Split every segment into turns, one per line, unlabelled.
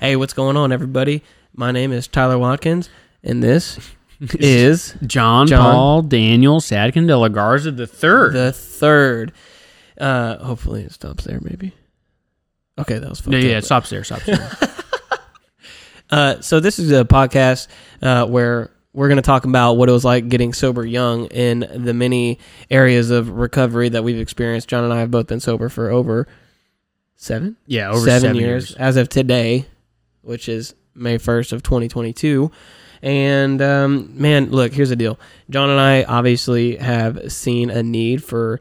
Hey, what's going on, everybody? My name is Tyler Watkins, and this is
John,
John.
Paul Daniel Sadkin de la Garza the third.
the third. Uh, hopefully, it stops there, maybe. Okay, that was fun.
yeah, yeah, it stops there, stops there.
Uh, so this is a podcast uh, where we're going to talk about what it was like getting sober young in the many areas of recovery that we've experienced. John and I have both been sober for over seven,
yeah, over
seven,
seven,
years, as of today, which is May first of 2022. And um, man, look, here's the deal. John and I obviously have seen a need for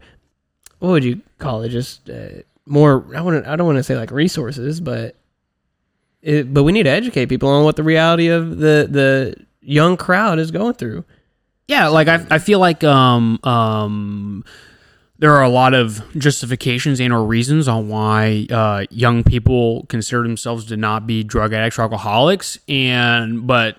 what would you call it? Just uh, more. I want. I don't want to say like resources, but it, but we need to educate people on what the reality of the the young crowd is going through.
Yeah, like I, I feel like um um there are a lot of justifications and or reasons on why uh, young people consider themselves to not be drug addicts or alcoholics and but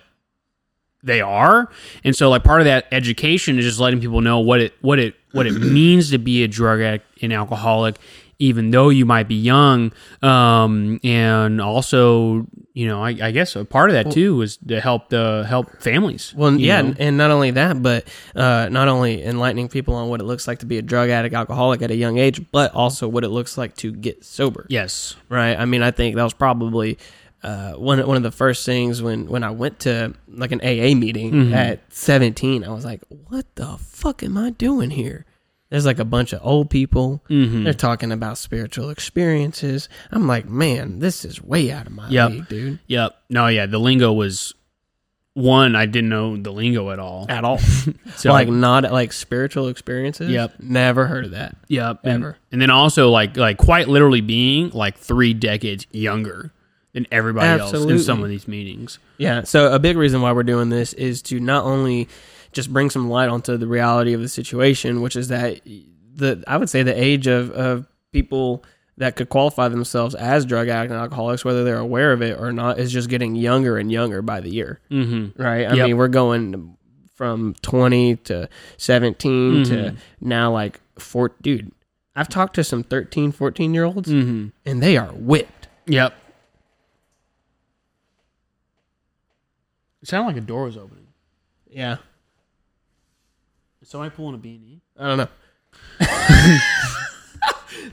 they are and so like part of that education is just letting people know what it what it what it means to be a drug addict and alcoholic even though you might be young um and also you know i, I guess a part of that too was to help the help families
Well,
you
yeah,
know?
and- and not only that, but uh, not only enlightening people on what it looks like to be a drug addict, alcoholic at a young age, but also what it looks like to get sober.
yes
right? I mean, I think that was probably uh, one one of the first things when when I went to like an AA meeting
Mm-hmm.
at seventeen. I was like, "What the fuck am I doing here?" There's like a bunch of old people.
Mm-hmm.
They're talking about spiritual experiences. I'm like, man, this is way out of my
Yep.
league, dude.
Yep. No, yeah. The lingo was one, I didn't know the lingo at all.
At all,
So
like not like spiritual experiences.
Yep.
never heard of that.
yep. And,
ever.
and then also like like quite literally being like three decades younger than everybody
Absolutely.
else in some of these meetings.
Yeah. So a big reason why we're doing this is to not only just bring some light onto the reality of the situation, which is that the I would say the age of of people that could qualify themselves as drug addict and alcoholics, whether they're aware of it or not, is just getting younger and younger by the year.
Mm-hmm.
Right. I
Yep.
mean, we're going from twenty to 17 to now like four. Dude, I've talked to some 13, 14 year olds,
Mm-hmm.
and they are whipped.
Yep. It sounded like a door was opening.
Yeah.
Is somebody pulling a beanie?
I don't know.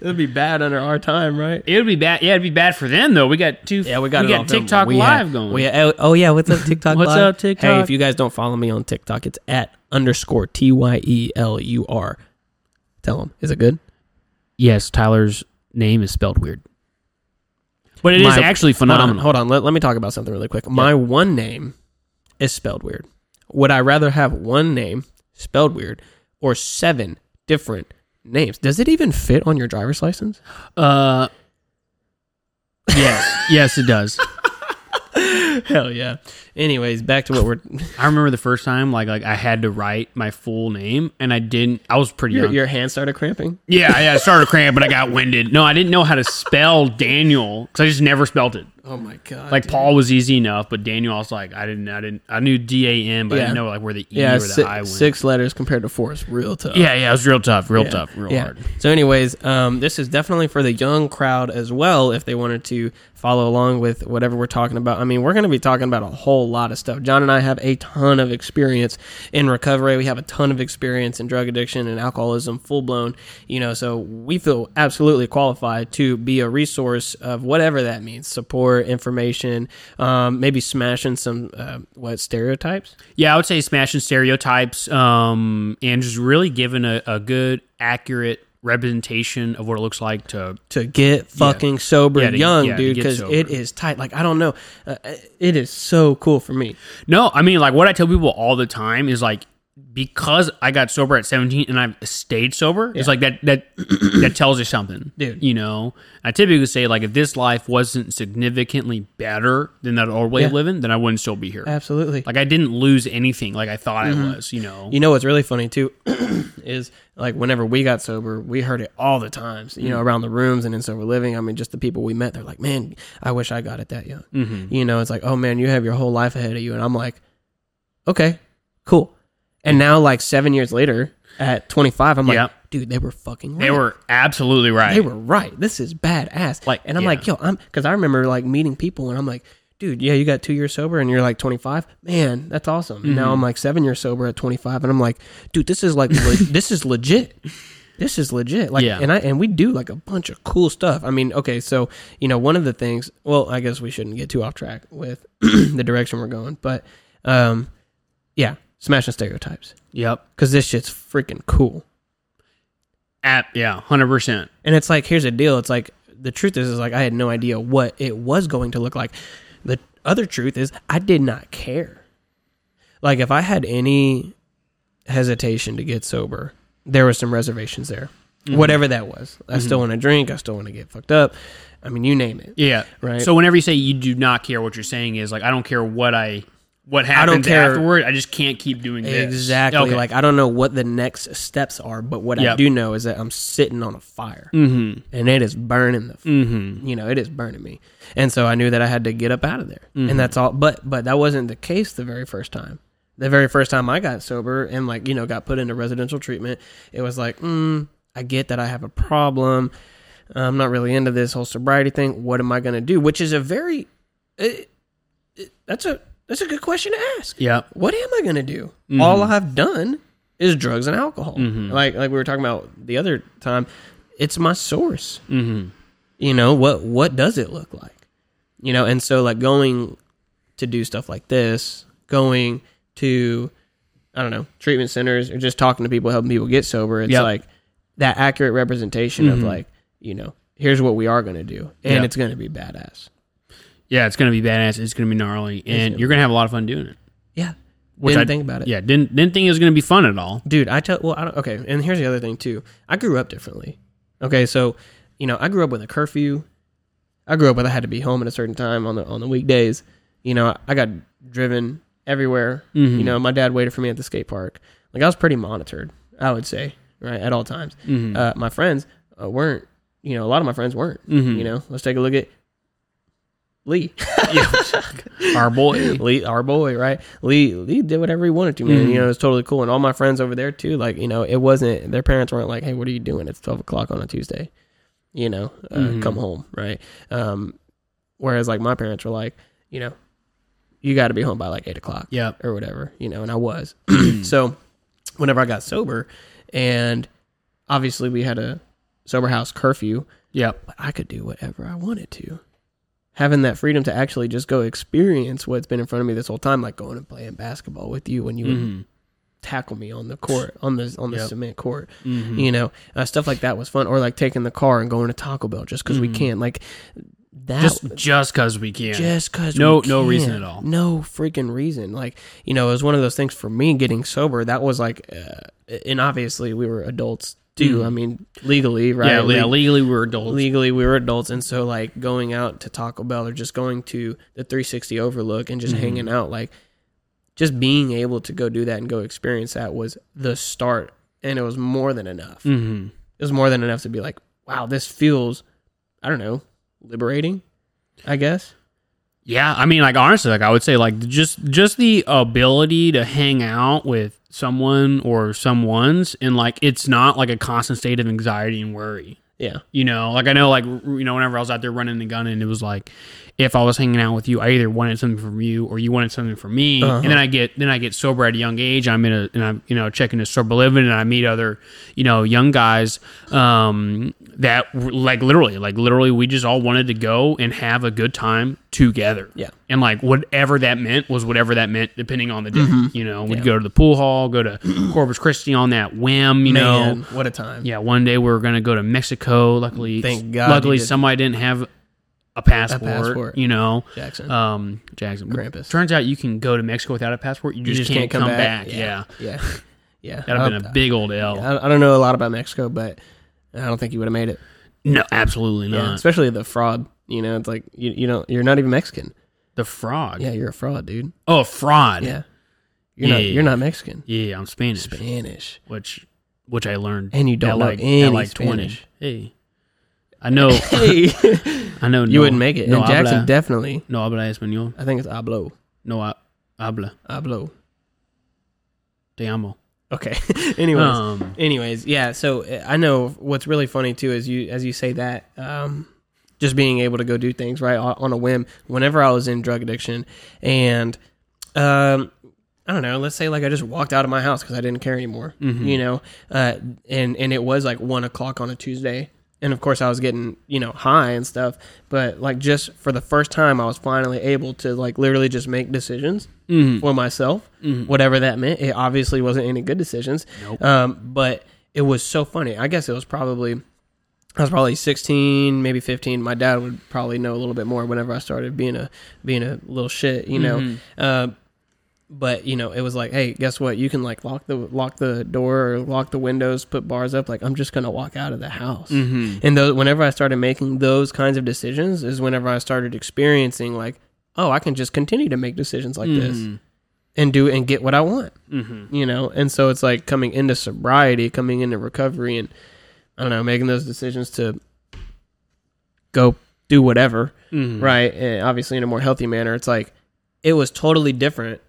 It'd be bad under our time, right?
It would be bad. Yeah, it'd be bad for them though. We got two.
Yeah, we got it
we
off
got
them.
TikTok
We
live
had-
going.
We had- oh yeah, what's up TikTok?
What's
Live?
up,
Hey,
TikTok?
if you guys don't follow me on TikTok, it's at underscore t y e l u r. Tell them, is it good?
yes, Tyler's name is spelled weird, but it is
My-
actually phenomenal.
Hold on, hold on. Let, let me talk about something really quick. My one name is spelled weird. Would I rather have one name spelled weird or seven different names? Does it even fit on your driver's license?
Uh, yes, yes, it does.
Hell yeah. Anyways, back to what we're.
I remember the first time, like, like I had to write my full name, and I didn't. I was pretty
your,
young.
your hand started cramping.
Yeah, yeah. I started cramping, but I got winded. No, I didn't know how to spell Daniel because I just never spelled it.
Oh my god!
Like Paul was easy enough, but Daniel, I was like, I didn't, I didn't, I knew D A N, but I
Yeah.
didn't know like where the E
yeah,
or the
si-
I went.
six letters compared to four is real tough.
Yeah, yeah. It was real tough, real tough, real
Yeah.
hard.
So, anyways, um, this is definitely for the young crowd as well. If they wanted to follow along with whatever we're talking about, I mean, we're going to be talking about a whole lot of stuff. John and I have a ton of experience in recovery. We have a ton of experience in drug addiction and alcoholism, full blown. You know, so we feel absolutely qualified to be a resource of whatever that means, support, information, um, maybe smashing some uh, what stereotypes.
Yeah, I would say smashing stereotypes um, and just really giving a, a good, accurate representation of what it looks like to
to get fucking sober
Yeah, to-
young,
yeah, to
dude,
get
because
sober.
it is tight. Like I don't know, uh, it is so cool for me.
No, I mean, like what I tell people all the time is like because I got sober at 17 and I've stayed sober, it's like that that that tells you something,
Dude.
You know, I typically say like if this life wasn't significantly better than that old way of
Yeah. Uh,
living, then I wouldn't still be here.
Absolutely.
Like I didn't lose anything like I thought
Mm-hmm.
I was, you know.
you know what's really funny too is like whenever we got sober, we heard it all the times. You
Mm.
know, around the rooms and in sober living. I mean, just the people we met, they're like, "Man, I wish I got it that young."
Mm-hmm.
You know, it's like, "Oh man, you have your whole life ahead of you," and I'm like, "Okay, cool." And now, like seven years later, at 25, I'm like,
Yep.
dude, they were fucking right.
They were absolutely right.
They were right. This is badass.
Like,
and I'm
yeah.
like, yo, I'm because I remember like meeting people and I'm like, dude, yeah, you got two years sober and you're like 25. Man, that's awesome. And
Mm-hmm.
Now I'm like seven years sober at 25, and I'm like, dude, this is like le- this is legit. This is legit. Like,
Yeah.
and I and we do like a bunch of cool stuff. I mean, okay, so you know, one of the things. Well, I guess we shouldn't get too off track with the direction we're going, but um, yeah, smashing stereotypes
Yep.
because this shit's freaking cool.
At yeah, hundred percent.
And it's like, here's the deal. It's like the truth is, is like I had no idea what it was going to look like. The other truth is, I did not care. Like if I had any hesitation to get sober, there were some reservations there. Whatever that was, I still want to drink. I still want to get fucked up. I mean, you name it.
Yeah.
Right.
So whenever you say you do not care, what you're saying is like I don't care what I what happens
don't care.
afterward. I just can't keep doing this.
Exactly.
Okay.
Like I don't know what the next steps are, but what I
Yep.
do know is that I'm sitting on a fire, mm-hmm. and it is burning the. Mm-hmm. You know, it is burning me, and so I knew that I had to get up out of there, and that's all. But but that wasn't the case the very first time. The very first time I got sober and like you know got put into residential treatment, it was like, mm, I get that I have a problem. I'm not really into this whole sobriety thing. What am I going to do? Which is a very, it, it, that's a that's a good question to ask
Yep.
what am I gonna do?
Mm-hmm.
All I've done is drugs and alcohol. Like like we were talking about the other time, it's my source. Mm-hmm. You know what what does it look like? You know, and so like going to do stuff like this, going to I don't know treatment centers or just talking to people, helping people get sober. It's
Yep. Mm-hmm.
like that accurate representation of like you know here's what we are gonna do, and
Yep.
it's gonna be badass.
Yeah, it's gonna be badass. It's gonna be gnarly, and you're gonna have a lot of fun doing it.
Yeah,
Which
didn't
I-
think about it.
Yeah, didn't didn't think it was gonna be fun at all.
dude i tell well i don't okay and here's the other thing too i grew up differently okay so you know i grew up with a curfew i grew up with i had to be home at a certain time on the on the weekdays you know i got driven everywhere you know my dad waited for me at the skate park like i was pretty monitored i would say right at all times uh, my friends uh, weren't you know a lot of my friends weren't you know let's take a look at lee
Our boy.
Lee, our boy, right? Lee, Lee did whatever he wanted to, man. You know, it was totally cool. And all my friends over there too, like, you know, it wasn't their parents weren't like, "Hey, what are you doing? It's twelve o'clock on a Tuesday." You know, uh, come home, right? Um, whereas like my parents were like, you know, you got to be home by like eight o'clock,
Yep.
or whatever, you know. And I was so whenever I got sober, and obviously we had a sober house curfew,
Yep.
but I could do whatever I wanted to. Having that freedom to actually just go experience what's been in front of me this whole time, like going and playing basketball with you when you
Mm-hmm.
would tackle me on the court, on the on the cement court,
Mm-hmm.
you know, uh, stuff like that was fun. Or like taking the car and going to Taco Bell just because we can, like that.
Mm-hmm. Just just cause we can.
just because
No- no reason at all.
no freaking reason like you know it was one of those things for me getting sober that was like uh, and obviously we were adults too i mean legally right
Mm. yeah, yeah,
Like,
legally we're adults.
legally we were adults and so like going out to taco bell or just going to the 360 overlook and just
Mm-hmm.
hanging out like just being able to go do that and go experience that was the start and it was more than enough
mm-hmm.
it was more than enough to be like wow this feels i don't know liberating i guess
Yeah, I mean, like honestly, like I would say, like just just the ability to hang out with someone or someone's, and like it's not like a constant state of anxiety and worry.
yeah
You know, like I know, like r- you know, whenever I was out there running the gun, and it was like, if I was hanging out with you, I either wanted something from you or you wanted something from me,
Uh-huh.
and then I get then I get sober at a young age. I'm in a and I'm you know checking to sober living, and I meet other you know young guys um, that were, like literally, like literally, we just all wanted to go and have a good time together.
Yeah.
and like whatever that meant was whatever that meant, depending on the day.
Mm-hmm.
You know, we'd go to the pool hall, go to Corpus Christi on that whim. You know,
Man, what a time
yeah, one day we were gonna go to Mexico. Luckily,
Thank God
Luckily,
you did.
somebody didn't have a passport.
passport.
You know,
Jackson.
Um, Jackson.
Krampus.
Turns out you can go to Mexico without a passport. You just, can't, come, back. Yeah,
yeah yeah,
that'd have been a big old L.
I, I don't know a lot about mexico but i don't think you would have made it
No, absolutely
Yeah,
not.
especially the fraud. You know, it's like you you don't you're not even Mexican.
The fraud.
Yeah, you're a fraud, dude.
Oh, fraud.
Yeah, you're not
Yeah.
you're not Mexican.
Yeah, I'm Spanish,
Spanish,
which which I learned.
and you don't
at
know
like,
any
at like twenty.
Spanish.
Hey, I know.
Hey,
I know.
you wouldn't make it.
No,
and Jackson
habla,
definitely.
no habla español.
I think it's hablo,
No ha- habla.
hablo,
Te amo.
Okay. anyways,
Um,
anyways, yeah. So uh, I know what's really funny too is you as you say that, um, just being able to go do things right on on a whim. Whenever I was in drug addiction, and um, I don't know, let's say like I just walked out of my house because I didn't care anymore, you know, uh, and and it was like one o'clock on a Tuesday. And of course, I was getting you know high and stuff, but like just for the first time, I was finally able to like literally just make decisions for myself, whatever that meant. It obviously wasn't any good decisions, um, but it was so funny. I guess it was probably I was probably 16, maybe 15. My dad would probably know a little bit more whenever I started being a being a little shit, you know. Uh, but you know, it was like, hey, guess what? You can like lock the lock the door or lock the windows, put bars up. Like I'm just gonna walk out of the house. And those, whenever I started making those kinds of decisions, is whenever I started experiencing like, oh, I can just continue to make decisions like this and do and get what I want. Mm-hmm. You know, and so it's like coming into sobriety, coming into recovery, and I don't know, making those decisions to go do whatever, right? And obviously, in a more healthy manner. It's like it was totally different,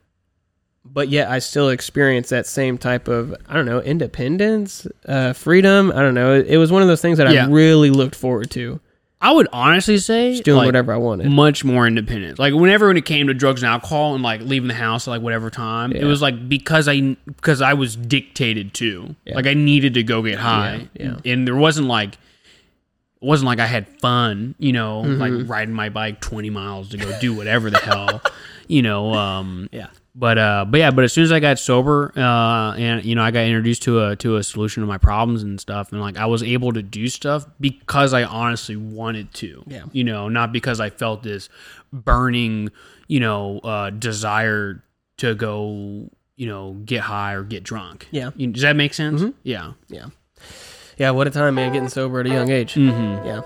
but yet I still experienced that same type of I don't know independence, uh, freedom. I don't know. It was one of those things that
Yeah.
I really looked forward to
I would honestly say
doing
like,
whatever I wanted.
much more independent. Like whenever when it came to drugs and alcohol and like leaving the house at like whatever time, it
Yeah.
was like because I because I was dictated to.
Yeah.
Like I needed to go get high,
Yeah,
and there wasn't like it wasn't like I had fun, you know, like
Mm-hmm.
riding my bike twenty miles to go do whatever the hell, you know. Um,
Yeah.
but uh, but yeah, but as soon as I got sober, uh, and you know, I got introduced to a to a solution to my problems and stuff, and like I was able to do stuff because I honestly wanted to,
Yeah.
you know, not because I felt this burning, you know, uh, desire to go, you know, get high or get drunk.
Yeah. Mm-hmm.
You- does that make sense? Yeah.
Yeah, yeah. What a time, man! Getting sober at a young age. Yeah.